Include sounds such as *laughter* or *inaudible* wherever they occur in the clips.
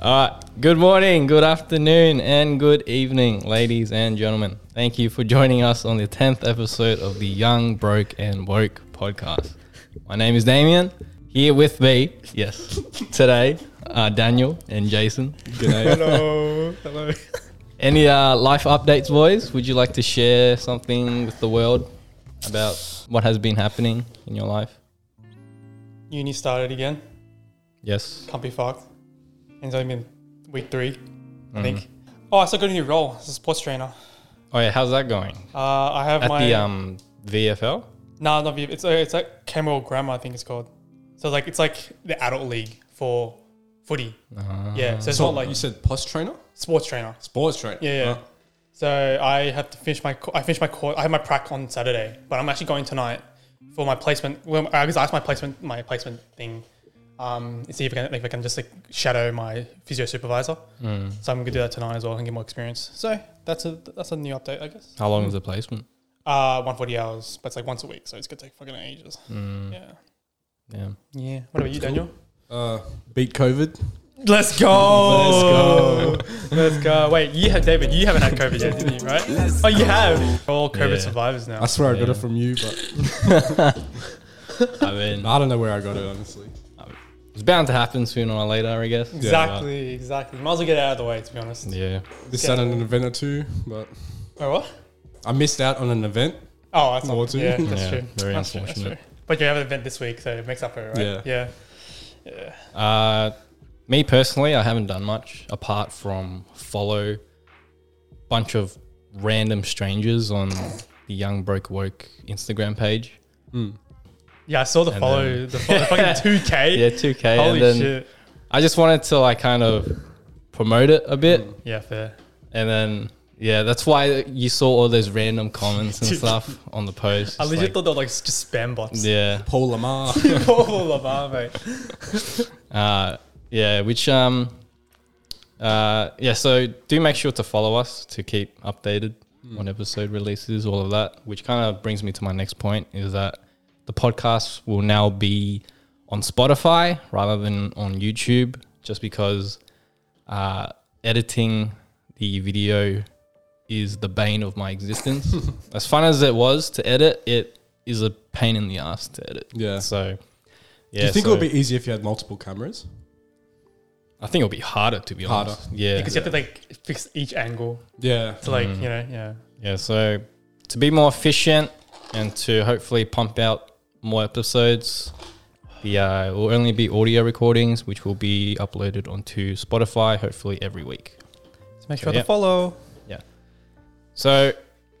All right. Good morning, good afternoon, and good evening, ladies and gentlemen. Thank you for joining us on the 10th episode of the Young, Broke, and Woke podcast. My name is Damien. Here with me, yes, today are Daniel and Jason. Hello. Hello. Any uh, life updates, boys? Would you like to share something with the world about what has been happening in your life? Uni started again. Yes. Can't be fucked. And it's only been week three, Mm-hmm. I think. Oh, I still got a new role as a sports trainer. Oh, yeah. How's that going? Uh, I have At my the um, VFL? nah, not Viv. It's uh, it's like Camel Grammar, I think it's called. So like it's like the adult league for footy. Ah. yeah, so it's So not like you said post trainer, sports trainer. sports trainer. Yeah, yeah. Huh? So I have to finish my co- I finished my course. I have my prac on Saturday, but I'm actually going tonight for my placement. Well, I was asked my placement my placement thing. Um, see if I can, if I can just like shadow my physio supervisor. So I'm gonna do that tonight as well and get more experience. So that's a that's a new update, I guess. How long is the placement? Uh, 140 hours, but it's like once a week, so it's gonna take fucking ages. Yeah, Yeah. yeah. What about you, Daniel? Uh, beat COVID. Let's go. Let's go. Let's go. Wait, you have David. You haven't had COVID yet, didn't you? Right? oh, you have. We're all COVID Yeah. survivors now. I swear I got Yeah. it from you, but I mean, I don't know where I got it honestly. it's bound to happen sooner or later, I guess. Exactly, exactly. Might as well get it out of the way, to be honest. Yeah. This Yeah. had an event or two, but Oh, what? I missed out on an event. Oh, that's Or not two. Yeah, that's Yeah, true. very that's True, unfortunate. that's true. But you have an event this week, so it makes up for it, right? Yeah. Yeah. Yeah. Uh, me personally, I haven't done much apart from follow bunch of random strangers on the Young Broke Woke Instagram page. I saw the And follow, then- the follow, *laughs* fucking 2K. Yeah, 2K. Holy and then shit. I just wanted to like kind of promote it a bit. Yeah, fair. And then, yeah, that's why you saw all those random comments and stuff on the post. I It's legit like- thought they were like just spam bots. *laughs* yeah. Paul Lamar. Paul Lamar, mate. Uh, yeah, which um, uh, yeah. So do make sure to follow us to keep updated on episode releases, all of that. Which kind of brings me to my next point is that the podcast will now be on Spotify rather than on YouTube, just because uh, editing the video is the bane of my existence. as fun as it was to edit, it is a pain in the ass to edit. Yeah. So. Yeah, Do you think so- it would be easier if you had multiple cameras? I think it'll be harder to be Harder. honest. Yeah. Because you have to like fix each angle Yeah. to Mm. like, you know, yeah. yeah. So to be more efficient and to hopefully pump out more episodes, the uh, it will only be audio recordings, which will be uploaded onto Spotify hopefully every week. So make Okay, sure yeah. to follow. So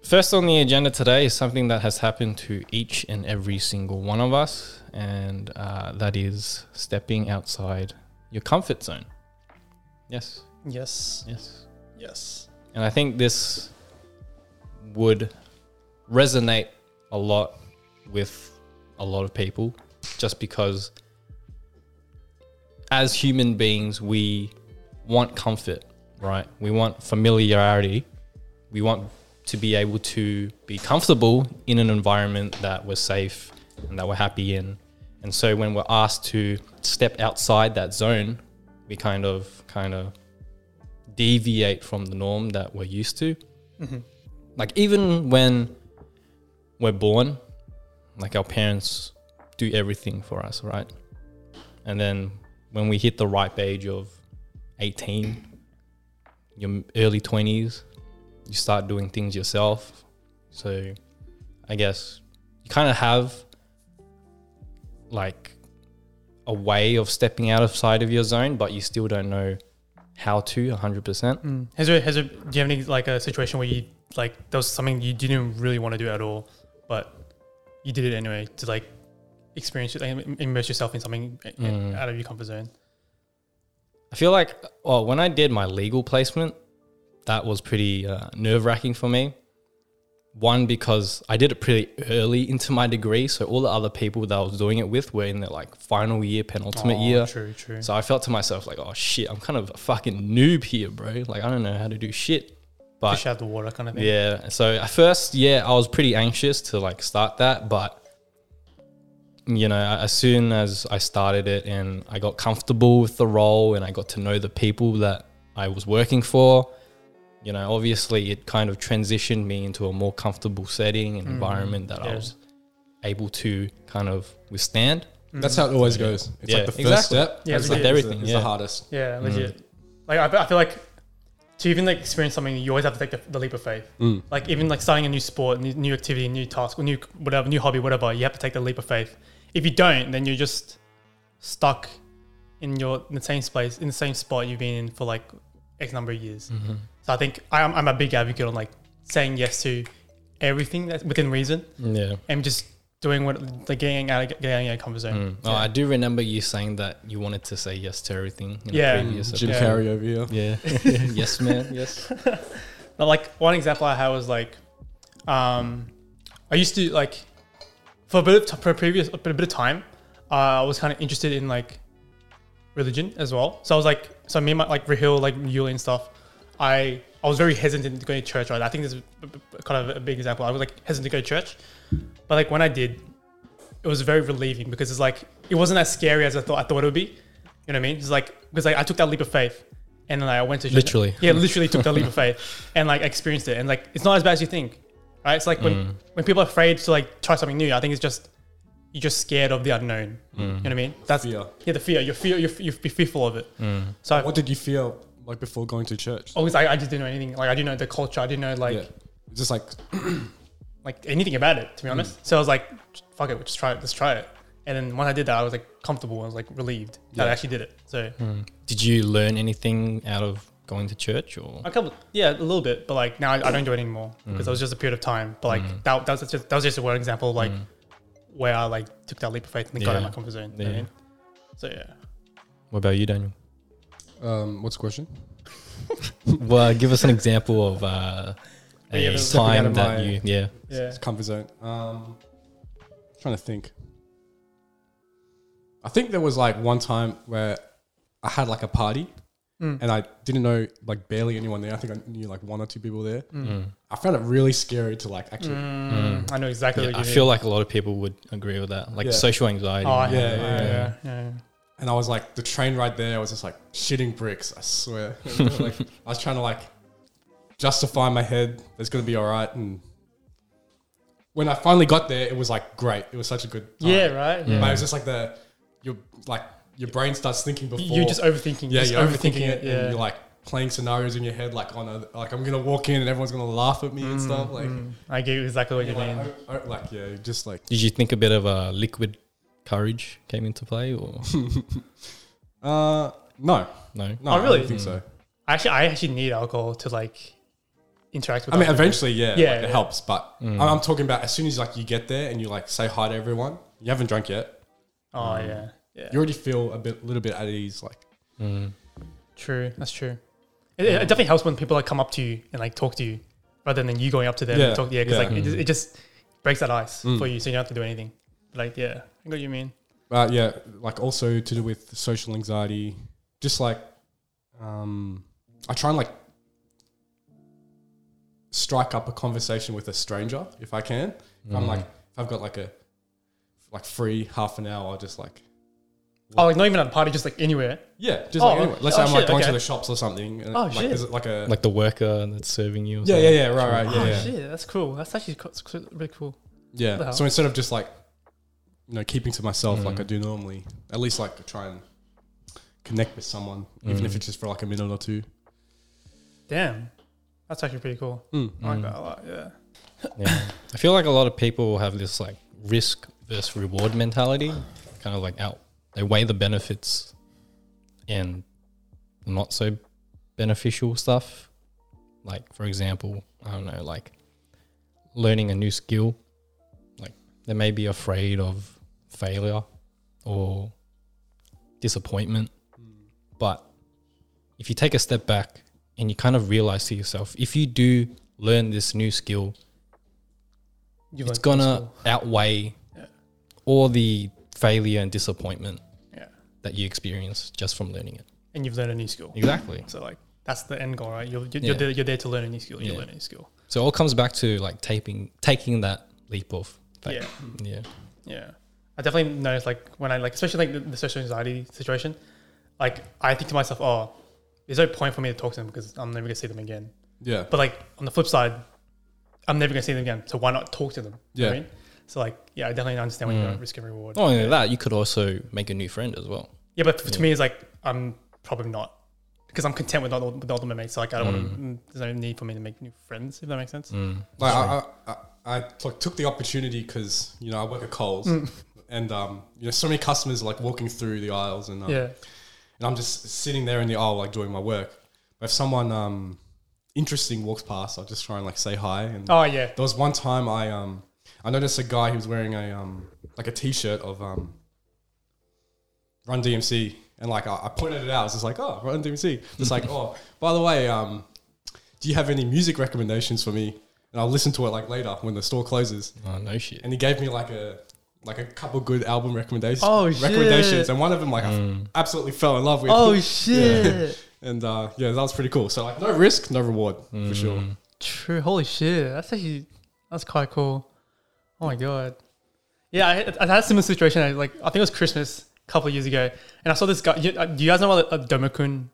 first on the agenda today is something that has happened to each and every single one of us, and uh, that is stepping outside your comfort zone. Yes. Yes. Yes. Yes. And I think this would resonate a lot with a lot of people just because as human beings, we want comfort, right? We want familiarity. We want to be able to be comfortable in an environment that we're safe and that we're happy in. And so when we're asked to step outside that zone, we kind of, kind of, deviate from the norm that we're used to. Like even when we're born, like our parents do everything for us, right? And then when we hit the ripe age of 18, your early 20s, you start doing things yourself. So I guess you kind of have like a way of stepping out of side of your zone, but you still don't know how to 100%. Has there, has there, do you have any like a situation where you like there was something you didn't really want to do at all, but you did it anyway to like experience it, like, im- immerse yourself in something i- Mm. out of your comfort zone? I feel like, oh, when I did my legal placement, that was pretty uh, nerve wracking for me. One, because I did it pretty early into my degree. So all the other people that I was doing it with were in their like final year, penultimate Oh, year. True, true. So I felt to myself, like, oh shit, I'm kind of a fucking noob here, bro. Like, I don't know how to do shit. But Fish out the water kind of thing. yeah. So at first, yeah, I was pretty anxious to like start that, but you know, a- as soon as I started it and I got comfortable with the role and I got to know the people that I was working for, you know, obviously it kind of transitioned me into a more comfortable setting and Mm. environment that I Yeah. was able to kind of withstand. Mm. That's how it always goes. It's Yeah, like the first exactly. step. Yeah, it's with like everything, It's yeah. the hardest. Yeah, legit. Mm. Like I, I feel like to even like experience something, you always have to take the, the leap of faith. Mm. Like even like starting a new sport, new, new activity, new task, or new whatever, new hobby, whatever. You have to take the leap of faith. If you don't, then you're just stuck in your in the same space in the same spot you've been in for like x number of years. So I think I'm, I'm a big advocate on like saying yes to everything that's within reason Yeah. and just doing what like getting out of getting out of comfort zone. Mm. Oh, I do remember you saying that you wanted to say yes to everything. In Yeah. A previous Mm. Jim episode. Carrey over here. Yeah. *laughs* yes, man. Yes. But like one example I had was like, um, I used to like for a bit of t- for a previous for a bit of time, uh, I was kind of interested in like religion as well. So I was like, so me and my like Rahil, like Yuli and stuff. I I was very hesitant to go to church. Right, I think this is b- b- kind of a big example. I was like hesitant to go to church, but like when I did, it was very relieving because it's like it wasn't as scary as I thought I thought it would be. You know what I mean? It's like because like, I took that leap of faith, and then like, I went to church. Literally. Yeah, literally took that leap of faith *laughs* and like experienced it. And like, it's not as bad as you think, right? It's like when when people are afraid to like try something new. I think it's just you're just scared of the unknown. You know what I mean? That's Fear. yeah, the fear. You're fear. You're, you're fearful of it. So I, What did you feel like before going to church? always, I, I just didn't know anything. Like I didn't know the culture. I didn't know like yeah. Just like like anything about it. To be honest, so I was like, fuck it, let's try it. Let's try it. And then when I did that, I was like comfortable. I was like relieved that I Yeah. actually did it. So Did you learn anything out of going to church or? a couple, yeah, a little bit, but like now I, I don't do it anymore Mm. because it was just a period of time. But like that, that was just that was just one example of like Mm. where I like took that leap of faith and got out of Yeah. my comfort zone. you know what I Yeah. mean? So yeah. What about you, Daniel? um, what's the question? well, give us an example of uh, Yeah, a but stepping out time of that my- you. Yeah. Yeah. It's comfort zone. Um, trying to think. I think there was like one time where I had like a party Mm. and I didn't know like barely anyone there. I think I knew like one or two people there. I found it really scary to like actually. Mm, I know exactly Yeah, what you I mean. feel like a lot of people would agree with that, like Yeah. social anxiety. Oh, I- Yeah, I- yeah, Oh. yeah, yeah. And I was like, the train ride there, I was just like shitting bricks. I swear. *laughs* like I was trying to like justify in my head. that It's gonna be all right. And when I finally got there, it was like great. It was such a good. Time. Yeah, right. Yeah. But it was just like the your like your brain starts thinking before. You're just overthinking. yeah, just you're overthinking, it. Yeah. And you're like playing scenarios in your head, like on a like I'm gonna walk in and everyone's gonna laugh at me Mm, and stuff. Like, I get exactly what you like, mean. oh, oh, like yeah, just like Did you think a bit of uh, liquid courage came into play, or *laughs* uh no no? no Oh, I really? don't think so. Actually, I actually need alcohol to like interact with. I mean, other people. eventually, yeah, Yeah, like, yeah. Mm. it helps. But I- I'm talking about as soon as like you get there and you like say hi to everyone, you haven't drunk yet. Oh yeah, Mm. yeah. You already feel a bit, little bit at ease. Like, Mm, True. That's true. It, it definitely helps when people like come up to you and like talk to you, rather than you going up to them Yeah, and talk. Yeah, because yeah. like it, just, it just breaks that ice for you, so you don't have to do anything. Like yeah, I got what you mean. uh, yeah, like also to do with social anxiety. Just like, um, I try and like strike up a conversation with a stranger if I can. If Mm. I'm like, if I've got like a like free half an hour, I'll just like Oh, like not even at a party, just like anywhere. yeah, just Oh, like anyway. oh, Let's say I'm like shit, going okay. to the shops or something. And Oh, like, shit. Is it like a Like the worker that's serving you. Or yeah, yeah, yeah, right, right, yeah, Oh yeah. shit, that's cool. That's actually co- it's really cool. the Yeah. hell? So instead of just like, you know, keeping to myself like I do normally, at least like I try and connect with someone, even if it's just for like a minute or two. Damn, that's actually pretty cool. Mm. I like that a lot. Yeah. something. Yeah. I feel like a lot of people have this like risk versus reward mentality, kind of like out. They weigh the benefits and not so beneficial stuff. Like for example, I don't know, like learning a new skill. Like they may be afraid of failure or disappointment, but if you take a step back and you kind of realize to yourself, if you do learn this new skill, You it's learned gonna school. outweigh Yeah. all the failure and disappointment Yeah. that you experience just from learning it. And you've learned a new skill. Exactly. So like that's the end goal, right? You're you're, Yeah. you're, there, you're there to learn a new skill. You Yeah. learn a new skill. So it all comes back to like taping, taking that leap of faith. Yeah. Yeah. Yeah. I definitely noticed like when I like, especially like the, the social anxiety situation, like I think to myself, oh, there's no point for me to talk to them because I'm never gonna see them again. Yeah. But like on the flip side, I'm never gonna see them again, so why not talk to them? You know what I Yeah. mean? So like, yeah, I definitely understand when you're at risk and reward. Not only that, you could also make a new friend as well. Yeah, but to me, it's like I'm probably not because I'm content with all, with all my mates. So like I don't want to. There's no need for me to make new friends if that makes Mm. sense. Like I, I, I, I took took the opportunity because you know I work at Coles, and um, you know so many customers are like walking through the aisles, and um, Yeah, and I'm just sitting there in the aisle like doing my work. But if someone um, interesting walks past, I'll just try and like say hi. And Oh yeah. there was one time I um, I noticed a guy who was wearing a um, like a T-shirt of um, Run DMC, and like I, I pointed it out. I was just like, oh, Run DMC. Just like, oh, by the way, um, do you have any music recommendations for me? And I'll listen to it like later when the store closes. Oh, no shit. And he gave me like a like a couple good album recommendations. Oh, shit. Oh, recommendations, and one of them like I absolutely fell in love *laughs* with. shit! And uh, yeah, that was pretty cool. So like, no risk, no reward for sure. True. Holy shit! That's actually that's quite cool. Oh my god. Yeah, I, I had a similar situation. I, like I think it was Christmas a couple of years ago, and I saw this guy. You, uh, do you guys know what a Domokun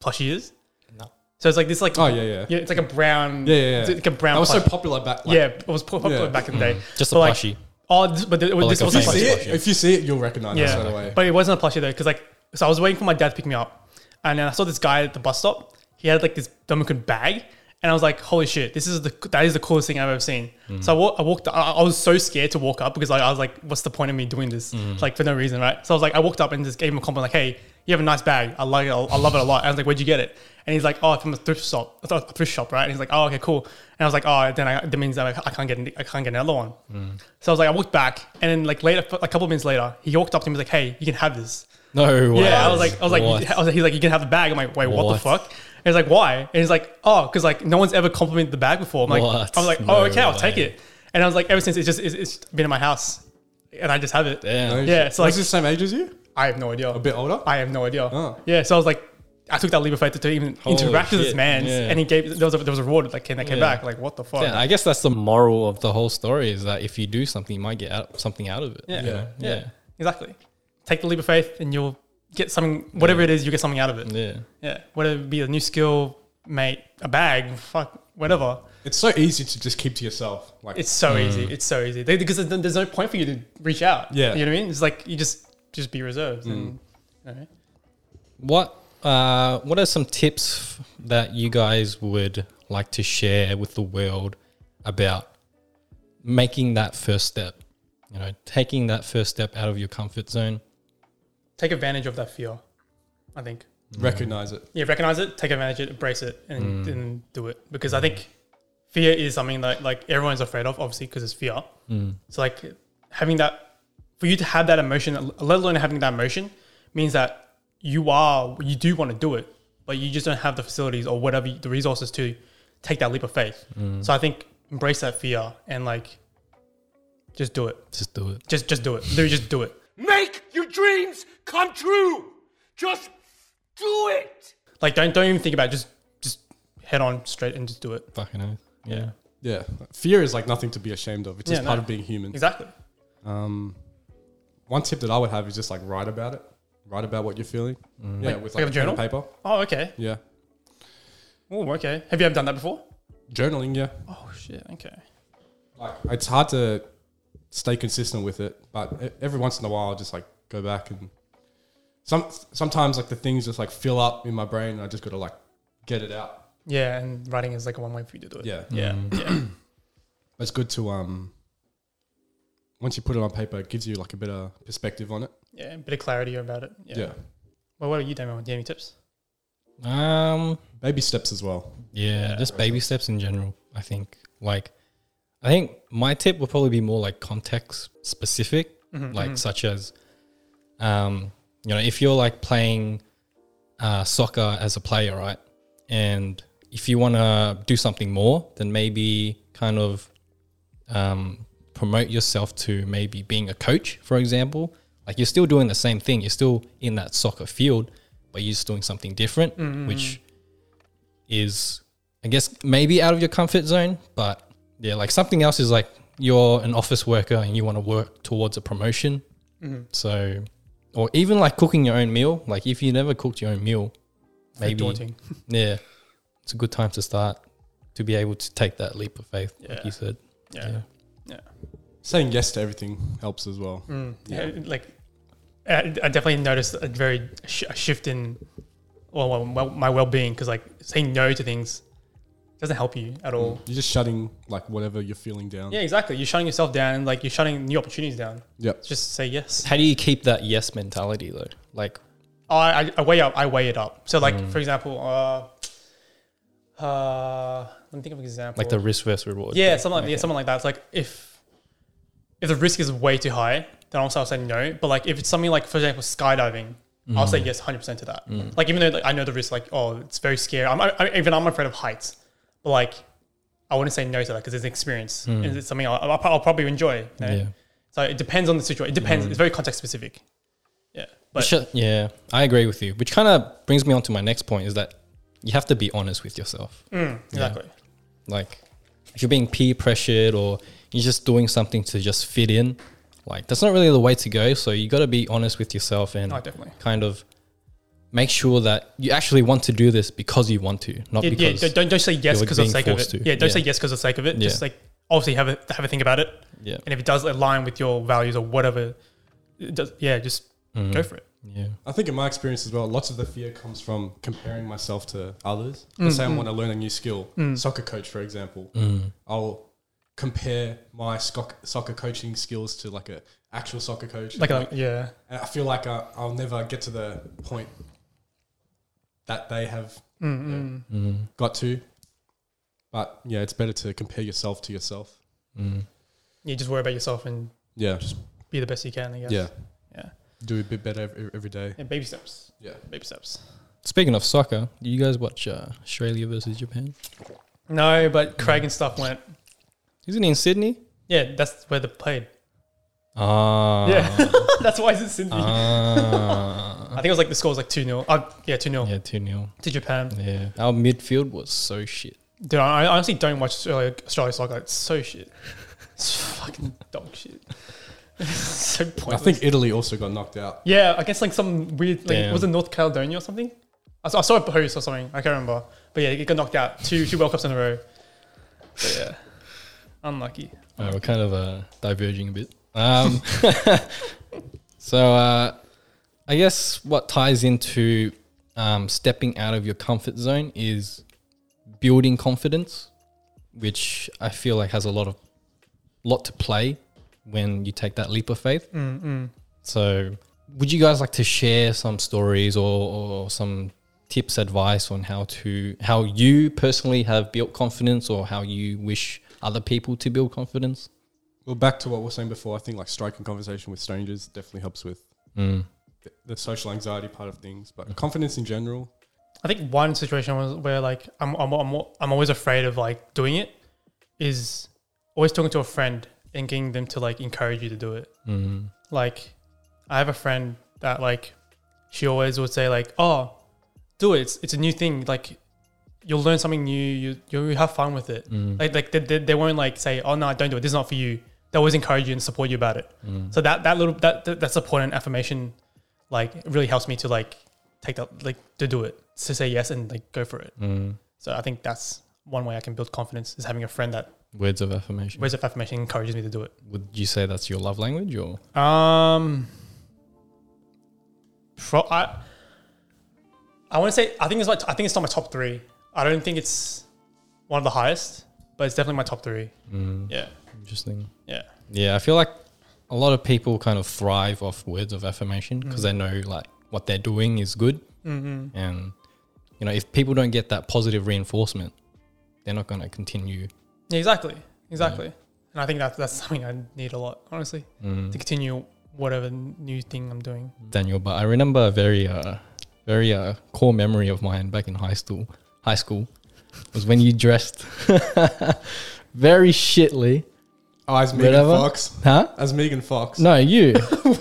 plushie is? No. So it's like this, like Oh yeah, yeah, yeah, it's like a brown. yeah, yeah. yeah. It's like a brown. That was so plushie. popular back. Like, yeah, it was po- popular Yeah. Mm-hmm. back in the day. Just a But, like, plushie. Oh, this, but it, was like this a If you wasn't famous like, see it, Yeah. if you see it, you'll recognize it yeah, straight away. but it wasn't a plushie though, because like, so I was waiting for my dad to pick me up, and then I saw this guy at the bus stop. He had like this Dominican bag, and I was like, "Holy shit, this is the that is the coolest thing I've ever seen." So I, wa- I walked. I, I was so scared to walk up because like, I was like, "What's the point of me doing this? Like for no reason, right?" So I was like, I walked up and just gave him a compliment, like, "Hey, you have a nice bag. I like it. I I love it a lot." I was like, "Where'd you get it?" And he's like, "Oh, from a thrift shop, a th- thrift shop, right?" And he's like, "Oh, okay, cool." And I was like, "Oh, then I, that means that I, I can't get an- I can't get another one." So I was like, I walked back, and then like later, a couple of minutes later, he walked up to me, and was like, "Hey, you can have this." No way. Yeah, I was like, I was like, What? I was like, he's like, you can have the bag. I'm like, wait, what, the What? fuck? And he's like, why? And he's like, oh, because like no one's ever complimented the bag before. I'm like, What? I was like, oh, No okay, I'll take way. it. And I was like, ever since it's just it's, it's been in my house, and I just have it. Damn. Yeah, it's like- was he the same age as you? I have no idea. A bit older. I have no idea. Oh. Yeah, so I was like, I took that leap of faith to even Holy interact with this shit, man, yeah. and he gave there was a, there was a reward that came that came Yeah. back. Like, what the fuck? Yeah, I guess that's the moral of the whole story is that if you do something, you might get out, something out of it. Yeah. you know? Yeah. yeah, Exactly. Take the leap of faith, and you'll get something. Whatever it is, you get something out of it. yeah. Yeah, whether it be a new skill, mate, a bag, fuck, whatever. It's so easy to just keep to yourself. Like It's so easy. It's so easy They- because there's there's no point for you to reach out. Yeah. you know what I mean. It's like you just just be reserved. And, you know. What uh, What are some tips f- that you guys would like to share with the world about making that first step? You know, taking that first step out of your comfort zone. Take advantage of that fear. I think. recognize it. Yeah, recognize it, take advantage of it, embrace it, and, and do it because I think fear is something that like everyone's afraid of, obviously, because it's fear. So like having that for you to have that emotion, let alone having that emotion, means that you are you do want to do it, but you just don't have the facilities or whatever the resources to take that leap of faith. So I think embrace that fear and like just do it. Just do it. Just just do it. Literally just do it. Make your dreams come true. Just do it. Like don't don't even think about it. just just head on straight and just do it. Fucking oath. Yeah. Yeah, fear is like nothing to be ashamed of. It's just Yeah, part no. of being human. Exactly. Um, one tip that I would have is just like write about it. Write about what you're feeling. Yeah, like with like, a a pen journal? and paper. Oh, okay. Yeah, Oh, okay. Have you ever done that before? journaling. Yeah, Oh shit. Okay. like it's hard to stay consistent with it, but e- every once in a while, I'll just like go back and some sometimes like the things just like fill up in my brain, and I just got to like get it out. Yeah, and writing is like one way for you to do it. Yeah, Yeah. Mm. *coughs* yeah. it's good to um. Once you put it on paper, it gives you like a bit of perspective on it. Yeah. A bit of clarity about it. Yeah. yeah. Well, what about you, Damon? Do you have any tips? Um. baby steps as well. Yeah, just baby steps in general. I think like I think my tip would probably be more like context specific, like such as um, you know, if you're like playing uh, soccer as a player, right? And if you want to do something more, then maybe kind of um, promote yourself to maybe being a coach, for example. Like you're still doing the same thing, you're still in that soccer field, but you're just doing something different, which is I guess maybe out of your comfort zone, but yeah, like something else is like you're an office worker and you want to work towards a promotion, Mm-hmm. so or even like cooking your own meal. Like if you never cooked your own meal, maybe daunting. yeah, it's a good time to start to be able to take that leap of faith, like Yeah. you said. Yeah. Yeah. Saying yes to everything helps as well. Yeah, Uh, Like, I, I definitely noticed a very sh- a shift in well, well, well my well being because like saying no to things doesn't help you at all. You're just shutting like whatever you're feeling down. Yeah, exactly. You're shutting yourself down. and, Like you're shutting new opportunities down. Yep. Just say yes. How do you keep that yes mentality though? Like Oh, I, I, I weigh up. I weigh it up. So Mm. like for example, uh, uh, let me think of an example. like the risk versus reward. yeah, something like yeah, something like that. It's like if if the risk is way too high, then also I'll say no. But like if it's something like for example skydiving, I'll Mm. say yes, hundred percent to that. Like even though like, I know the risk, like oh it's very scary. I'm, I, I- even I'm afraid of heights, but like I wouldn't say no to that because it's an experience and it's something I'll, I'll, I'll probably enjoy. you know? Mm. Yeah. Mm. So it depends on the situation. It depends. It's very context specific. Yeah, but Which, uh, yeah, I agree with you. Which kind of brings me on to my next point is that you have to be honest with yourself. exactly. Like, if you're being peer pressured or you're just doing something to just fit in, like that's not really the way to go. So you got to be honest with yourself and Oh, definitely. kind of make sure that you actually want to do this because you want to, not Yeah, yeah, because don't, don't just say yes you're because of being the sake of it. forced to. Yeah, don't Yeah. say yes because of the sake of it. Just Yeah. like obviously have a have a think about it. Yeah. and if it does align with your values or whatever, it does, yeah, just Mm-hmm. go for it. yeah. I think in my experience as well, lots of the fear comes from comparing myself to others. Mm. Let's say I want to learn a new skill, soccer coach, for example. I'll compare my scoc- soccer coaching skills to like a actual soccer coach. Like, like yeah, and I feel like I, I'll never get to the point that they have you know, got to. But yeah, it's better to compare yourself to yourself. you just worry about yourself and Yeah, just be the best you can. I guess. yeah, yeah, do a bit better every, every day. and baby steps, Yeah, baby steps. Speaking of soccer, do you guys watch uh, Australia versus Japan? No, but Craig and stuff went. Isn't it in Sydney? Yeah, that's where they played. Ah, Uh-huh. Yeah, *laughs* that's why it's in Sydney. ah. *laughs* I think it was like the score was like two 0 uh, Yeah, two 0 yeah, two 0 to Japan. Yeah, our midfield was so shit. Dude, I I honestly don't watch Australia, Australia soccer. It's so shit. It's fucking dog shit. *laughs* so I pointless. think Italy also got knocked out. Yeah, I guess like some weird like Damn. was it North Caledonia or something? I saw, I saw a post or something. I can't remember. But yeah, it got knocked out two two World Cups in a row. But yeah, unlucky. Uh, we're kind of uh, diverging a bit. Um, *laughs* so, uh, I guess what ties into um, stepping out of your comfort zone is building confidence, which I feel like has a lot of lot to play when you take that leap of faith. So, would you guys like to share some stories or, or some tips, advice on how to how you personally have built confidence, or how you wish other people to build confidence? Well, back to what we were saying before, I think like striking conversation with strangers definitely helps with the, the social anxiety part of things, but confidence in general. I think one situation was where like I'm I'm I'm, I'm always afraid of like doing it is always talking to a friend and getting them to like encourage you to do it. Mm. Like I have a friend that like she always would say like oh do it it's, it's a new thing like you'll learn something new you you have fun with it like like they, they, they won't like say oh no don't do it this is not for you they always encourage you and support you about it so that that little that that that support and affirmation like really helps me to like take that like to do it to say yes and like go for it so i think that's one way i can build confidence is having a friend that Words of affirmation. words of affirmation encourages me to do it Would you say that's your love language, or um, pro- I, I want to say I think it's my I think it's not my top three. I don't think it's one of the highest, but it's definitely my top three. Yeah, interesting? yeah, Yeah, I feel like a lot of people kind of thrive off words of affirmation because they know like what they're doing is good, mm-hmm. and you know if people don't get that positive reinforcement, they're not going to continue. yeah exactly, exactly. And I think that that's something I need a lot, honestly, to continue whatever new thing I'm doing. Daniel, but I remember a very, uh, very uh, core memory of mine back in high school. High school was when you dressed *laughs* very shitly, Oh, as Megan Whatever. Fox. huh? As Megan Fox. *laughs* No, you.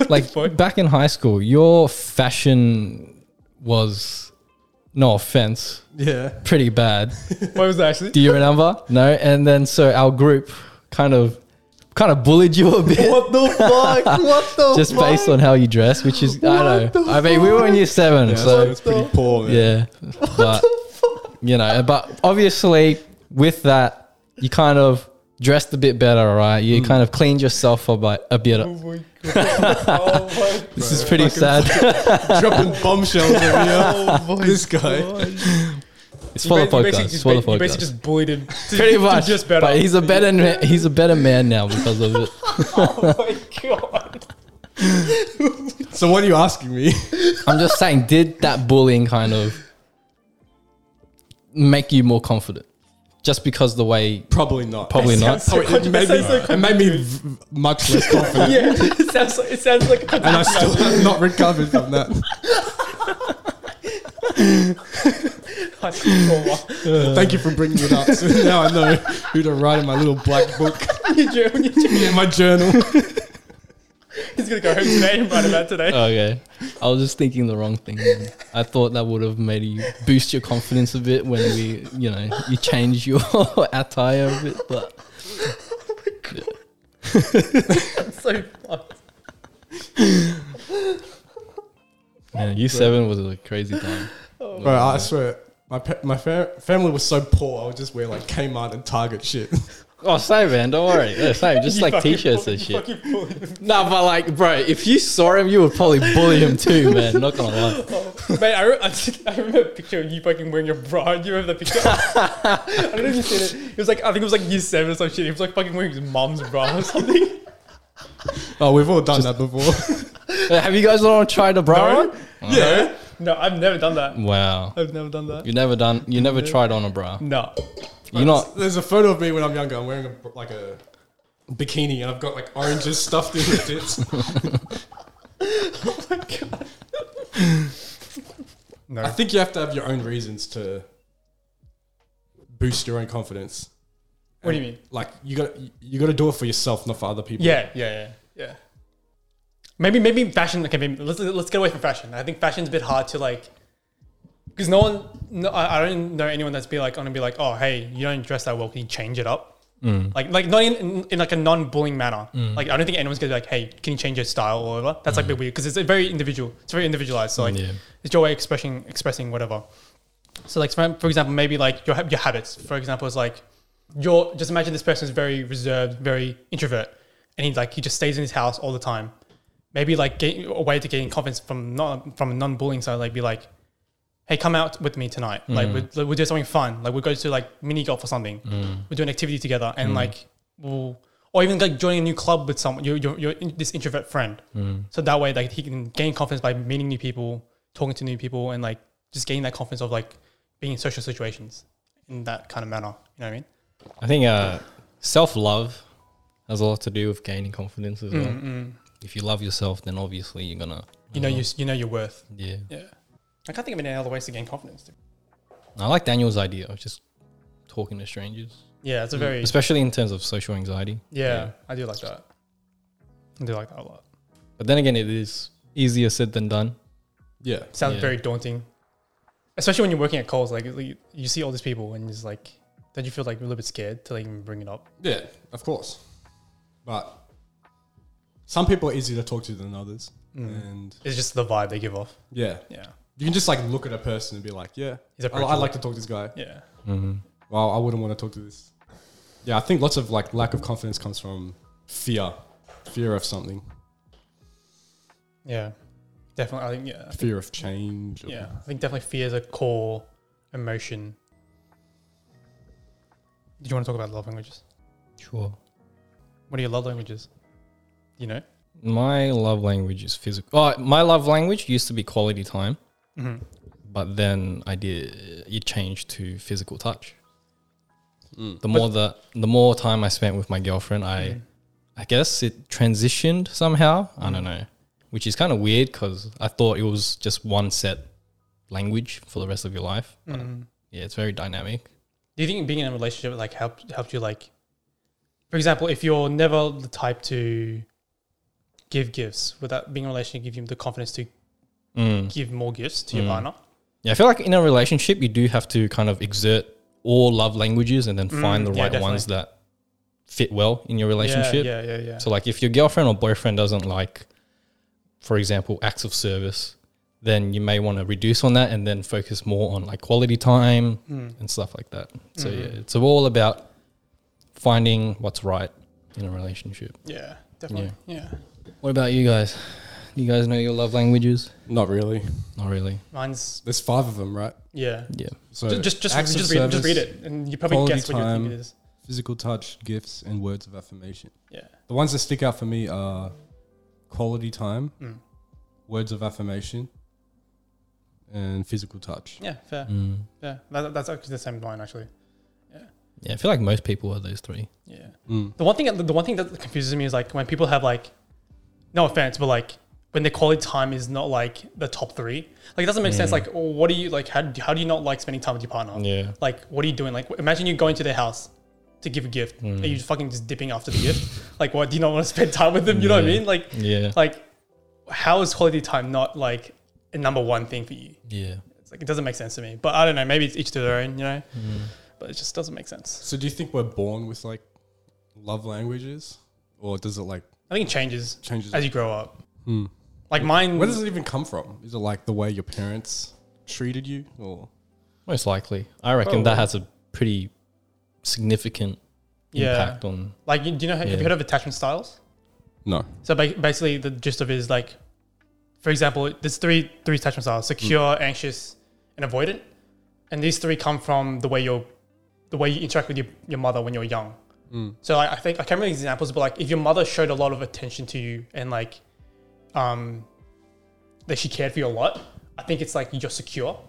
like back in high school, your fashion was, no offense, Yeah. pretty bad. *laughs* what was that *laughs* actually? Do you remember? No. And then so our group kind of kind of bullied you a bit. What the fuck? What the just fuck? based on how you dress, which is I What don't the know. I mean, we were in year seven, Yeah, so so it's pretty poor, man. yeah. But you know, but obviously with that, you kind of dressed a bit better, right? You Mm. kind of cleaned yourself up a, a bit. oh *laughs* This is pretty sad. Dropping bombshells over here. this guy. it's full of podcasts. Full of You basically podcasts. just bullied him. *laughs* Pretty much, Just better. but he's a better man, he's a better man now because of it. oh my *laughs* god. So what are you asking me? *laughs* I'm just saying, did that bullying kind of make you more confident? Just because the way Probably not. Probably not. Oh, it, made me, That sounds so it made me v- much less confident, Yeah, *laughs* it sounds like, it sounds like and I still have not recovered from that. high school *laughs* trauma. Uh. Thank you for bringing it up. So now I know who to write in my little black book, *laughs* Your journal- your journal- in my journal. He's gonna go home today and write about today. Okay. I was just thinking the wrong thing. man. I thought that would have made you boost your confidence a bit when we, you know, you change your *laughs* attire a bit, but so fucked. man, year seven was a crazy time. Bro, I swear, my pa- my fa- family was so poor. I would just wear like Kmart and Target shit. *laughs* Oh, same man, don't worry. Yeah, *laughs* same, just You like fucking t-shirts bullied- and you shit. fucking bullied me. Nah, but like, bro, if you saw him, you would probably bully him too, *laughs* man. Not gonna lie. *laughs* Mate, I, re- I, did- I remember a picture of you fucking wearing your bra. Do you remember that *laughs* picture? I don't know if you've seen it. It was like, I think it was like year seven or some shit. He was like fucking wearing his mum's bra or something. Oh, we've all done that before. Uh, Have you guys not tried a *laughs* bra No? yeah, No, I've never done that. on? Wow. I've never done that. You never done. You never tried on a bra. No. You're not. there's a photo of me when I'm younger. I'm wearing a, br- like a bikini, and I've got like oranges stuffed in the Oh tits. I No. think you have to have your own reasons to boost your own confidence. What do you mean? Like you got you got to do it for yourself, not for other people. Yeah, yeah, yeah, yeah. Maybe, maybe fashion. Okay, maybe, let's let's get away from fashion. I think fashion's a bit hard to like, because no one, no, I, I don't know anyone that's be like, gonna be like, oh, hey, you don't dress that well. Can you change it up? Like, like not in, in, in like a non-bullying manner. Like, I don't think anyone's gonna be like, hey, can you change your style or whatever? That's like a bit weird because it's a very individual. It's very individualized. So like, Yeah. it's your way of expressing expressing whatever. So like for, for example, maybe like your ha- your habits. For example, is like you're just imagine this person is very reserved, very introvert, and he's like he just stays in his house all the time. Maybe like get, a way to gain confidence from not from a non-bullying side, like be like, hey, come out with me tonight. Like we'll, like, we'll do something fun. Like we'll go to like mini golf or something. We'll do an activity together, and like we'll or even like joining a new club with someone your your, your in, this introvert friend. So that way, like he can gain confidence by meeting new people, talking to new people, and like just gaining that confidence of like being in social situations in that kind of manner. You know what I mean? I think uh, self love has a lot to do with gaining confidence as well. If you love yourself, then obviously you're gonna. You know, you you know your worth. Yeah. Yeah. I can't think of any other ways to gain confidence. I like Daniel's idea of just talking to strangers, Yeah, it's a very especially in terms of social anxiety. yeah. I do like that. I do like that a lot. But then again, it is easier said than done. yeah. Sounds Yeah. very daunting, especially when you're working at Coles. Like you- you see all these people, and it's like, don't you feel like a little bit scared to like even bring it up? Yeah, of course. But some people are easier to talk to than others. Mm. And It's just the vibe they give off. yeah, Yeah, you can just like look at a person and be like, yeah, He's I, I'd approachable. like to talk to this guy. yeah. Well, I wouldn't want to talk to this. Yeah, I think lots of like lack of confidence comes from fear, fear of something, Yeah, definitely. I think yeah, I think, fear of change. or- yeah. I think definitely fear is a core emotion. Did you want to talk about love languages? Sure. What are your love languages? You know. My love language is physical. Oh, my love language used to be quality time, but then I did it changed to physical touch. The more the the more time I spent with my girlfriend, I I guess it transitioned somehow. I don't know, which is kind of weird because I thought it was just one set language for the rest of your life. But Yeah, it's very dynamic. Do you think being in a relationship like helped helped you like, for example, if you're never the type to give gifts, would that being in a relationship give you the confidence to Mm. give more gifts to your partner? Yeah, I feel like in a relationship, you do have to kind of exert all love languages and then find the Mm, yeah, right ones that fit well in your relationship. Yeah, yeah, yeah, yeah. So like if your girlfriend or boyfriend doesn't like, for example, acts of service, then you may want to reduce on that and then focus more on like quality time Mm. and stuff like that. So Mm-hmm. yeah, it's all about finding what's right in a relationship. yeah, definitely. Yeah. What about you guys? Do you guys know your love languages? Not really. Not really. Mine's There's five of them, right? yeah. Yeah. So Ju- Just just acts of just, read, just service, read it, and you probably quality guess what your time. thing is. Physical touch, gifts, and words of affirmation. Yeah. The ones that stick out for me are quality time, Mm. words of affirmation, and physical touch. Yeah, fair. Mm. Yeah, that, that's actually the same as mine, actually. Yeah, I feel like most people are those three. Yeah. Mm. The one thing, the one thing that confuses me is like when people have like, no offense, but like when their quality time is not like the top three, like it doesn't make sense. Like, oh, what do you like? How, do- how do you not like spending time with your partner? Yeah. Like, what are you doing? Like, imagine you going to their house to give a gift, Mm. and you fucking just dipping after the gift. *laughs* Like, what? Do you not want to spend time with them? You know what I Yeah. mean? Like, Yeah. like how is quality time not like a number one thing for you? Yeah. It's like it doesn't make sense to me. But I don't know. Maybe it's each to their own. You know. Mm. But it just doesn't make sense. So do you think we're born with like love languages, or does it like I think it changes Changes. as you grow up. Hmm. Like mine. where does it even come from? Is it like the way your parents treated you, or Most likely. I reckon that has a pretty significant Yeah. impact on Like, you- do you know, have Yeah. you heard of attachment styles? no? So ba- basically, the gist of it is like, for example, there's three three attachment styles: secure, Hmm. anxious, and avoidant. And these three come from the way you're, the way you interact with your, your mother when you're young. So like, I think I can't remember examples, but like if your mother showed a lot of attention to you and like, um, that she cared for you a lot, I think it's like you're secure.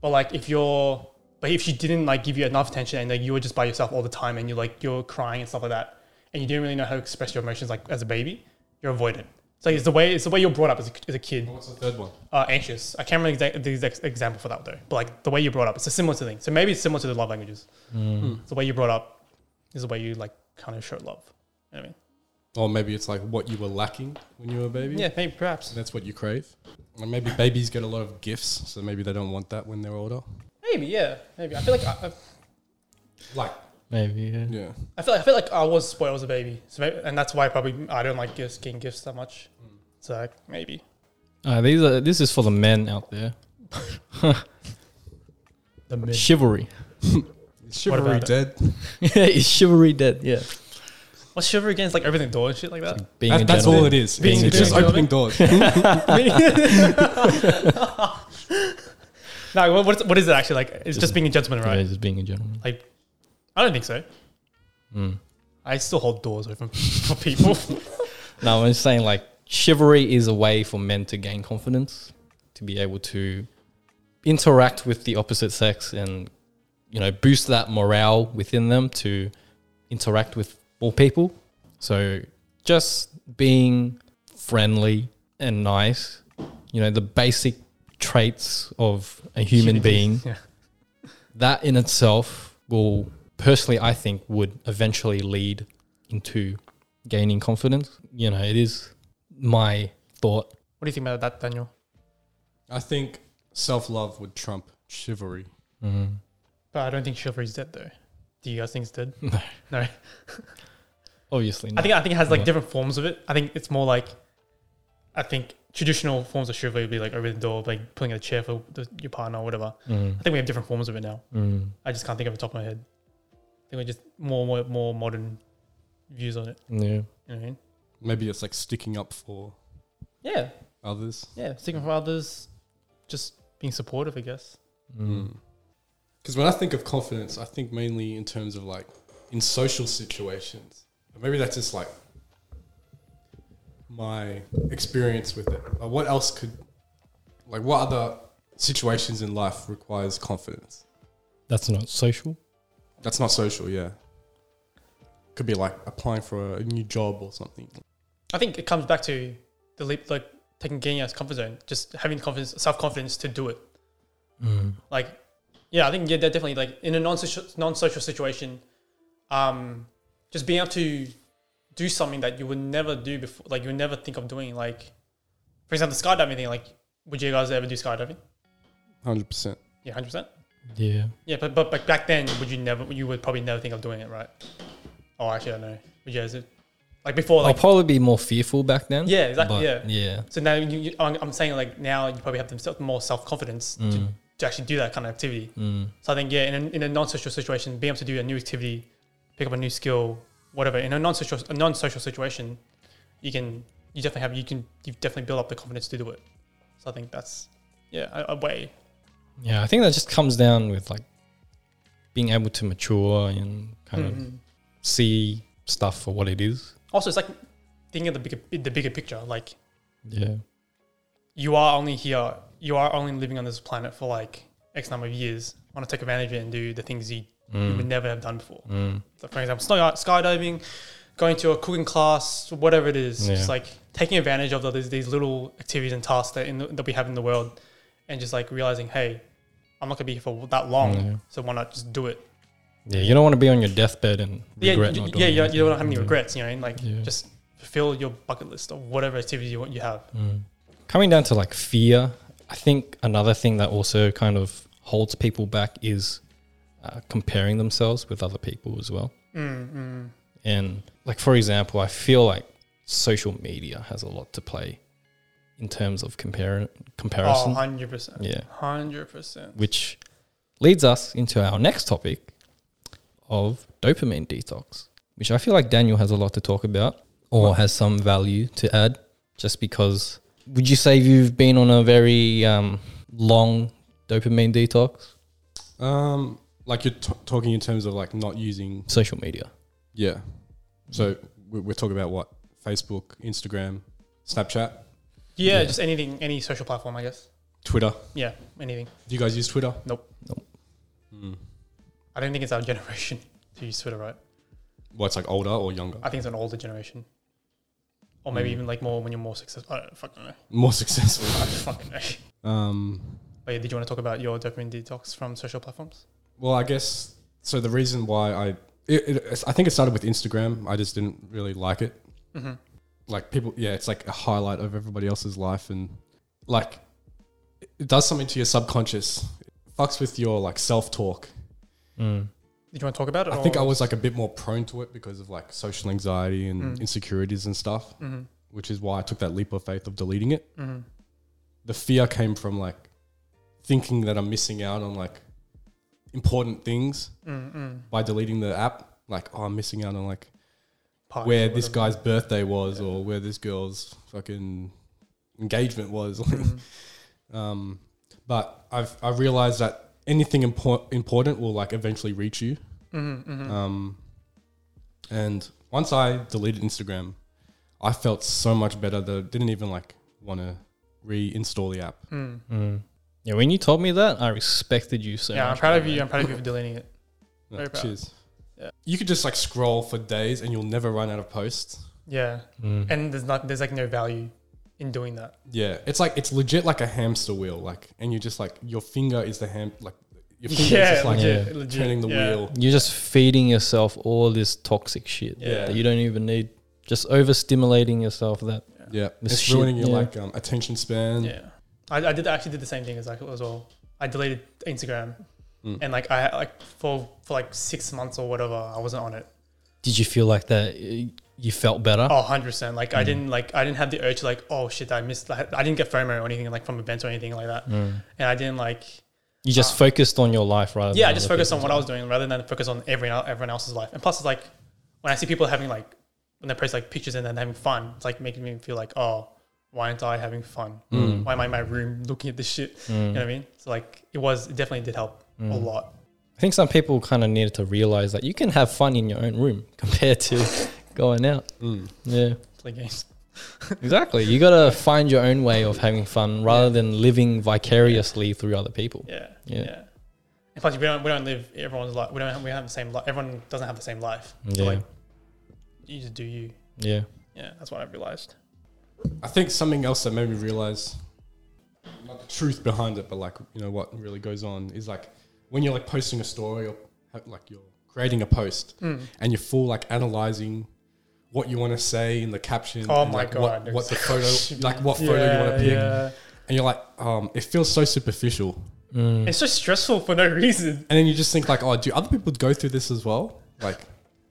But like if you're, but if she didn't like give you enough attention and like you were just by yourself all the time and you're like you're crying and stuff like that, and you didn't really know how to express your emotions like as a baby, you're avoidant. So it's the way it's the way you're brought up as a, as a kid. What's the third one? Uh, anxious. I can't remember the exact, the exact example for that though. But like the way you're brought up, it's a similar to thing. So maybe it's similar to the love languages. It's the way you're brought up is the way you like kind of show love. You know what I mean, Or maybe it's like what you were lacking when you were a baby. yeah, maybe perhaps, That's what you crave. Or maybe babies get a lot of gifts, so maybe they don't want that when they're older. maybe yeah, maybe. I feel like I, I, Like, maybe yeah. yeah. I feel like, I feel like I was spoiled as a baby, so maybe, and that's why probably I don't like gifts, getting gifts that much. So like, maybe. Uh, these are this is for the men out there. The mid. *laughs* Chivalry. Chivalry about it? dead. is chivalry dead? Yeah. What's chivalry against like opening door and shit like that? Being a That, that's all gentleman. it is. Being It's, a it's just gentleman. opening doors. *laughs* no, what, what, is, what is it actually like? It's just being a gentleman, Yeah, right? just being a gentleman. Like, I don't think so. I still hold doors open *laughs* for people. No, I'm just saying like chivalry is a way for men to gain confidence, to be able to interact with the opposite sex and you know boost that morale within them to interact with more people. So just being friendly and nice, you know, the basic traits of a human being yeah. *laughs* that in itself will personally i think would eventually lead into gaining confidence you know it is my thought What do you think about that, Daniel? I think self love would trump chivalry. But I don't think chivalry's dead though. Do you guys think it's dead? No. No. obviously I not. think I think it has like Yeah. different forms of it. I think it's more like, I think traditional forms of chivalry would be like over the door, like pulling a chair for the, your partner or whatever. I think we have different forms of it now. Mm. I just can't think of the top of my head. I think we're just more more, more modern views on it. yeah You know what I mean? Maybe it's like sticking up for Yeah, others. yeah. Sticking for others, just being supportive, I guess. Because when I think of confidence, I think mainly in terms of like in social situations. But maybe that's just like my experience with it. Like what else could, like, what other situations in life requires confidence? that's not social That's not social, yeah. Could be like applying for a new job or something. I think it comes back to the leap, like taking getting out of comfort zone, just having confidence, self confidence to do it. Like, yeah, I think yeah, that definitely like in a non non social situation, um, just being able to do something that you would never do before, like you would never think of doing. Like, for example, the skydiving thing. Like, would you guys ever do skydiving? 100%. Yeah, hundred percent. yeah Yeah, but, but but back then, would you never? You would probably never think of doing it, right? Oh, actually, I don't know. But yeah, is it like before? I'll Like probably be more fearful back then. yeah, exactly. but yeah, Yeah. So now you, you, I'm I'm saying like now you probably have them self- more self confidence to, to actually do that kind of activity. So I think yeah, in a, in a non social situation, being able to do a new activity, pick up a new skill, whatever. In a non social a non social situation, you can you definitely have you can you definitely build up the confidence to do it. So I think that's yeah a, a way. Yeah, I think that just comes down with like being able to mature and kind of see stuff for what it is. Also, it's like thinking of the bigger the bigger picture. Like Yeah. you are only here, you are only living on this planet for like X number of years. I want to take advantage of it and do the things you, Mm. you would never have done before. So for example, sky- skydiving, going to a cooking class, whatever it is. Yeah. Just like taking advantage of these, these little activities and tasks that, in the, that we have in the world and just like realizing, hey, I'm not going to be here for that long. So why not just do it? Yeah, you don't want to be on your deathbed and yeah, regret you, not doing yeah, you, anything. you don't have any regrets, you know, and like Yeah. just fulfill your bucket list of whatever activity you, want- you have. Mm. Coming down to like fear, I think another thing that also kind of holds people back is uh, comparing themselves with other people as well. And like for example, I feel like social media has a lot to play in terms of compar- comparison. Oh, 100%. Yeah. 100%. which leads us into our next topic of dopamine detox, which I feel like Daniel has a lot to talk about or has some value to add just because would you say you've been on a very um, long dopamine detox Um, like you're t- talking in terms of like not using. social media Yeah. So we- we're talking about what Facebook, Instagram, Snapchat, Yeah, just anything, any social platform, I guess. Twitter. Yeah, anything. Do you guys use Twitter? Nope. Nope. Hmm. I don't think it's our *laughs* generation to use Twitter, right? Well, it's like older or younger. I think it's an older generation. Or maybe Hmm. even like more when you're more successful. I don't fucking know. *laughs* More *laughs* successful. I don't fucking know. Um, But yeah, did you want to talk about your dopamine detox from social platforms? well, I guess so. The reason why I, it, it, I think it started with Instagram. I just didn't really like it. Like people, yeah, it's like a highlight of everybody else's life, and like it does something to your subconscious. It fucks with your like self talk. Did you want to talk about it? I think I was like a bit more prone to it because of like social anxiety and insecurities and stuff, which is why I took that leap of faith of deleting it. The fear came from like thinking that I'm missing out on like important things by deleting the app. Like, oh, I'm missing out on like Party where or this whatever. guy's birthday was or where this girl's fucking engagement was. *laughs* um, but I've I realized that anything impor- important will like eventually reach you. Mm-hmm, Mm. Um, and once I deleted Instagram, I felt so much better that I didn't even like want to reinstall the app. mm-hmm. yeah when you told me that i respected you so Yeah, I'm much proud of you. I'm proud of you for deleting it. Yeah, Very proud. cheers. Yeah. You could just like scroll for days and you'll never run out of posts. Yeah. Hmm. And there's not, there's like no value in doing that. Yeah, it's like it's legit like a hamster wheel, like, and you're just like your finger is the ham, like your *laughs* finger is Yeah, just like legit, Yeah. legit. turning the yeah. wheel. you're just feeding yourself all this toxic shit Yeah. that you don't even need just overstimulating yourself that Yeah, This it's shit, ruining your yeah. like um, attention span. Yeah, I, I did I actually did the same thing as like as well. I deleted Instagram, and like I like for for like six months or whatever, I wasn't on it. did you feel like that uh, you felt better Oh, 100 percent. Like I didn't like I didn't have the urge to like oh shit I missed I, I didn't get FOMO or anything like from events or anything like that, and I didn't like you just focused on your life rather Uh, yeah I than just other focused on people's what I was doing rather than focus on everyone everyone else's life. And plus, it's like when I see people having like when they post like pictures and then having fun, it's like making me feel like oh. Why aren't I having fun? Why am I in my room looking at this shit? You know what I mean? So like, it was it definitely did help a lot. I think some people kind of needed to realize that you can have fun in your own room *laughs* compared to going out. Hmm. *laughs* Yeah, play games. exactly. You got to find your own way of having fun rather than living vicariously through other people. Yeah, Yeah. yeah. And plus, we don't we don't live everyone's life. We don't have, we don't have the same life. Everyone doesn't have the same life. So, Yeah. like, you just do you. Yeah. Yeah, that's what I realized. I think something else that made me realize not the truth behind it, but like you know what really goes on is like when you're like posting a story or ha- like you're creating a post Hmm. and you're full like analyzing what you want to say in the caption. Oh and, my like, God. What, what *laughs* the photo, like what photo you want to pick, and you're like, um, it feels so superficial. It's just stressful for no reason. And then you just think like, oh, do other people go through this as well? Like,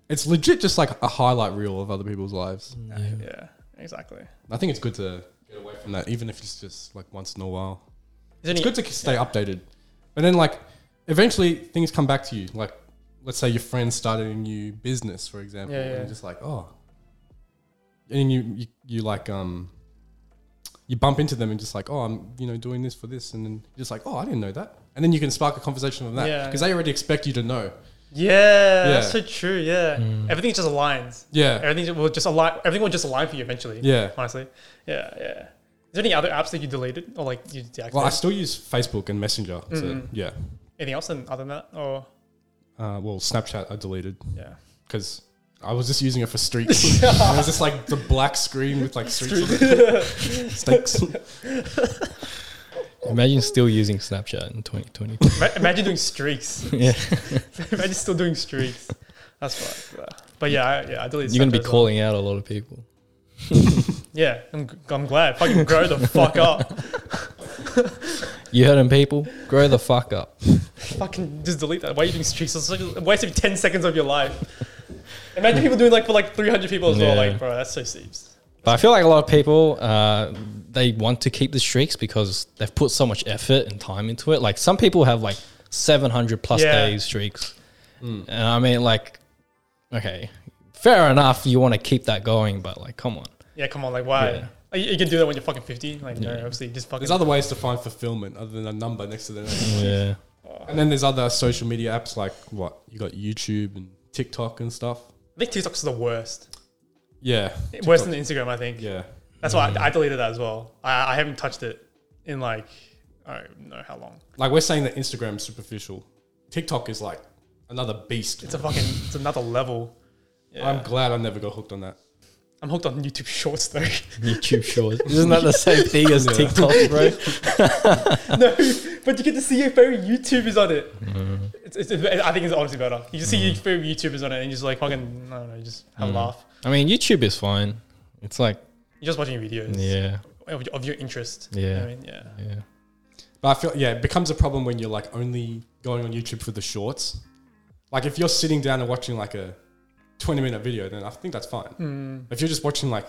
it's legit just like a highlight reel of other people's lives. Mm. Yeah, exactly. I think it's good to get away from that, even if it's just like once in a while. Is any, It's good to stay updated. And then like eventually things come back to you. Like let's say your friend started a new business, for example. Yeah, And yeah. you're just like, oh. And you, you you like um you bump into them and just like, oh, I'm you know doing this for this, and then you're just like, oh, I didn't know that. And then you can spark a conversation with that Yeah. because they already expect you to know. yeah, that's so Yeah. Mm. true. Yeah, everything just aligns. Yeah. Everything will just align. Everything will just align for you eventually. Yeah. honestly. Yeah, yeah. Is there any other apps that you deleted or like you deactivated? Well, I still use Facebook and Messenger. So Mm-hmm. yeah. Anything else than other than that? Or Uh, well, Snapchat I deleted yeah, because I was just using it *laughs* for streaks. it was just like the black screen with like streaks. on *laughs* it. Steaks. Imagine still using Snapchat in *laughs* *laughs* 2020. Ma- imagine doing *laughs* streaks. yeah. imagine still doing streaks. That's fine. But yeah, I, yeah, I deleted. You're going to be Snapchat as well. calling out a lot of people. Yeah, I'm, g- I'm glad. Fucking grow the fuck up. You heard him, people. Grow the fuck up. Fucking just delete that. Why are you doing streaks? It's like a waste of 10 seconds of your life. Imagine people doing like for like 300 people as well. Yeah. Like, bro, that's so seeps. But I feel like a lot of people, uh, they want to keep the streaks because they've put so much effort and time into it. Like some people have like 700 plus Yeah. days streaks. And I mean, like, okay, fair enough. You want to keep that going, but like, come on. Yeah, come on. Like, why? Yeah. Like, you, you can do that when you're fucking 50. Like, no, obviously, just fucking. There's other ways to find fulfillment other than a number next to the name. Yeah. and then there's other social media apps like what you got YouTube and TikTok and stuff. I think TikTok's the worst. Yeah, Worse than Instagram, I think. yeah. That's why I, I deleted that as well. I, I haven't touched it in like, I don't know how long. Like we're saying that Instagram's superficial. TikTok is like another beast. It's a fucking, it's another level. I'm glad I never got hooked on that. I'm hooked on YouTube Shorts though. YouTube Shorts. *laughs* Isn't that the same thing *laughs* as TikTok, bro? *laughs* no, but you get to see your favorite YouTubers on it. It's, it's, it- I think it's honestly better. You just see your favorite YouTubers on it and you just like fucking, I don't know, just have a laugh. I mean, YouTube is fine. It's like, You're just watching your videos yeah, of, of your interest. Yeah. I mean, yeah. yeah. But I feel yeah, it becomes a problem when you're like only going on YouTube for the shorts. Like if you're sitting down and watching like a 20 minute video, then I think that's fine. Mm. If you're just watching like,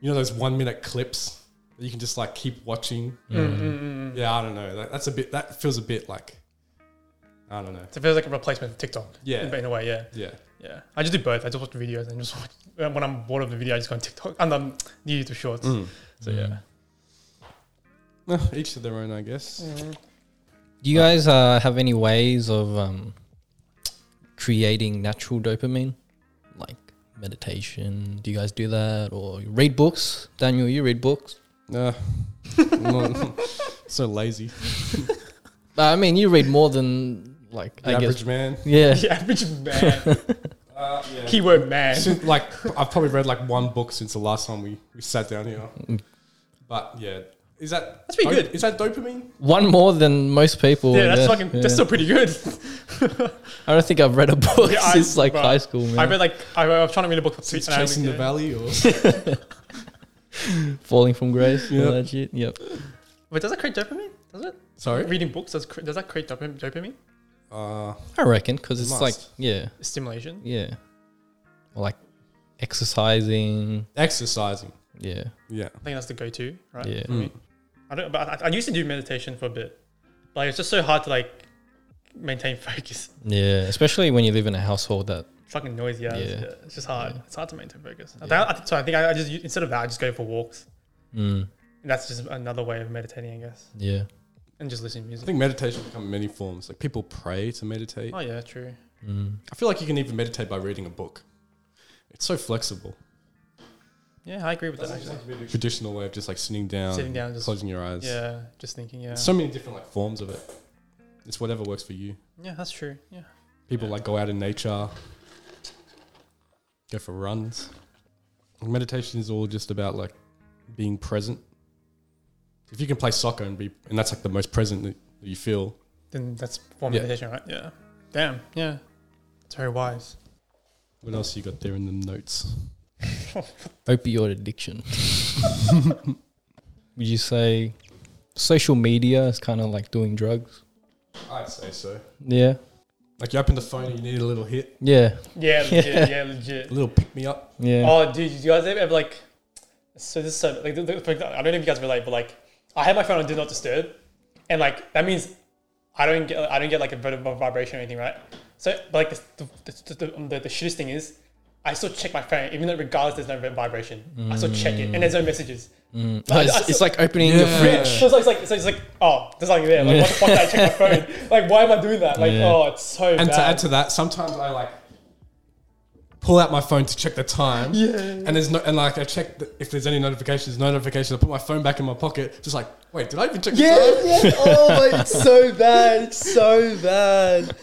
you know, those one minute clips that you can just like keep watching. Mm, Yeah, I don't know. That, that's a bit. That feels a bit like, I don't know. So it feels like a replacement for TikTok. Yeah. In, in a way, yeah. Yeah, Yeah. I just do both. I just watch the videos and just watch, uh, when I'm bored of the video, I just go on TikTok and um, the YouTube Shorts. Mm. *laughs* Mm. So yeah. Well, each to their own, I guess. Do you guys uh, have any ways of um, creating natural dopamine, like meditation? Do you guys do that or you read books? Daniel, you read books. *laughs* Uh, so lazy. But Uh, I mean, you read more than like The I average guess. man. *laughs* Yeah, The average man. Uh, yeah. keyword man. since, like I've probably read like one book since the last time we, we sat down here. But yeah, is that That's pretty dop- good. Is that dopamine? one more than most people. Yeah, I that's guess. fucking. Yeah. That's still pretty good. I don't think I've read a book Yeah, I- since like bro, high school. Man. I read like I, I was trying to read a book for Since and I chasing the only- valley, or Falling from grace. Yep. All that shit. Yep. Wait, does that create dopamine? Does it? sorry, Reading books does cre- does that create dopamine? dopamine? uh, I reckon because it's Must. like yeah, Stimulation. yeah, or like exercising. exercising. Yeah, Yeah, I think that's the go-to, right? yeah. I don't. But I, I used to do meditation for a bit. Like it's just so hard to like maintain *laughs* focus. Yeah, especially when you live in a household that It's fucking noisy. Yeah. It's, Yeah. yeah, it's just hard. It's hard to maintain focus. I think, I think, so I think I, I just u- instead of that, I just go for walks. Mm. And that's just another way of meditating, I guess, yeah, and just listening to I music. think meditation can come in many forms. Like people pray to meditate. Oh yeah, true. Mm. I feel like you can even meditate by reading a book. It's so flexible. Yeah, I agree with that. Actually. Traditional way of just like sitting down, Sitting down, just- closing your eyes. Yeah, just thinking. Yeah. so many different like forms of it. It's whatever works for you. yeah, that's true. Yeah. People like go out in nature, go for runs. Meditation is all just about like being present. If you can play soccer and be, and that's like the most present that you feel. Then that's one Yeah. meditation, right? Yeah. Damn. Yeah. It's very wise. What else you got there in the notes? opioid addiction. *laughs* Would you say social media is kind of like doing drugs? I'd say so. Yeah, Like you open the phone and you need a little hit, Yeah. Yeah, *laughs* legit. Yeah, legit. a little pick me up. Yeah. Oh, dude, you guys ever, ever like? So this is so like. the- the- for example, I don't know if you guys relate, but like, I have my phone on do not disturb, and like that means I don't get I don't get like a bit of a vibration or anything, right? So, but like the the, the, the, um, the, the shittest thing is, I still check my phone even though regardless there's no vibration, I still check it and there's no messages. Oh, it's, it's *laughs* like opening your Yeah. fridge. So it's like, it's like, so it's like, oh, there's something there. Like, what the fuck did I check my phone? Like, why am I doing that? Like, Yeah. oh, it's so And bad. to add to that, sometimes I like pull out my phone to check the time. Yeah. And there's no, and like I check the, if there's any notifications, no notifications. I put my phone back in my pocket, just like, wait, did I even check Yeah, the time? *laughs* yeah. Oh, my, it's so bad. It's so bad.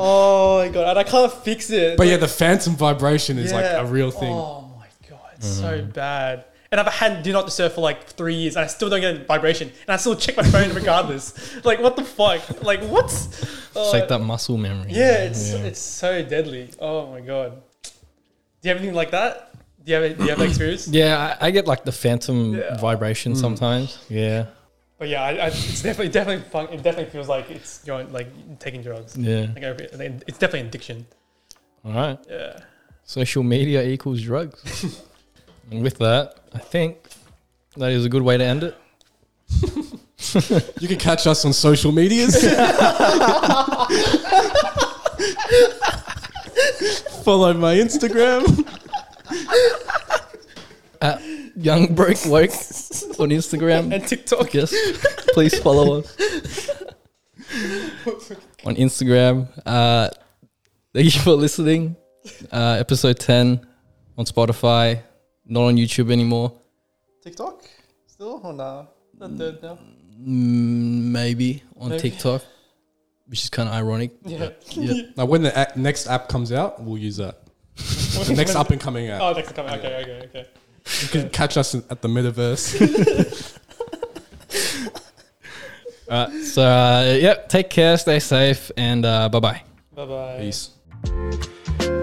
Oh my god, and I can't fix it. But yeah, the phantom vibration is like Yeah. a real thing. Oh my god, it's so bad. And I've had do not disturb for like three years, and I still don't get a vibration, and I still check my phone regardless. *laughs* Like what the fuck? Like what? It's Oh, like that muscle memory. Yeah, it's it's so deadly. Oh my god. Do you have anything like that? Do you have do you have that experience? Yeah, I, I get like the phantom Yeah. vibration sometimes. Mm. Yeah. But yeah, I, I, it's definitely definitely fun. It definitely feels like it's you're like taking drugs. Yeah. Like, I- like, it's definitely an addiction. All right. Yeah. Social media equals drugs. *laughs* and with that, I think that is a good way to end it. You can catch us on social medias. Follow my Instagram. Young Broke Woke on Instagram and TikTok. Yes. Please follow us on Instagram. Uh, thank you for listening. Uh, episode 10 on Spotify, not on YouTube anymore. TikTok still or nah? Not dead now. Mm, maybe on Maybe. TikTok, which is kind of ironic. *laughs* Yeah. Yeah. Now, when the app, next app comes out, we'll use that. The next up and coming app. Oh, next coming. Okay, okay, okay. You can catch us in- at the metaverse. Alright, so, uh, yep, take care, stay safe, and uh, bye bye. Bye bye. Peace. Bye.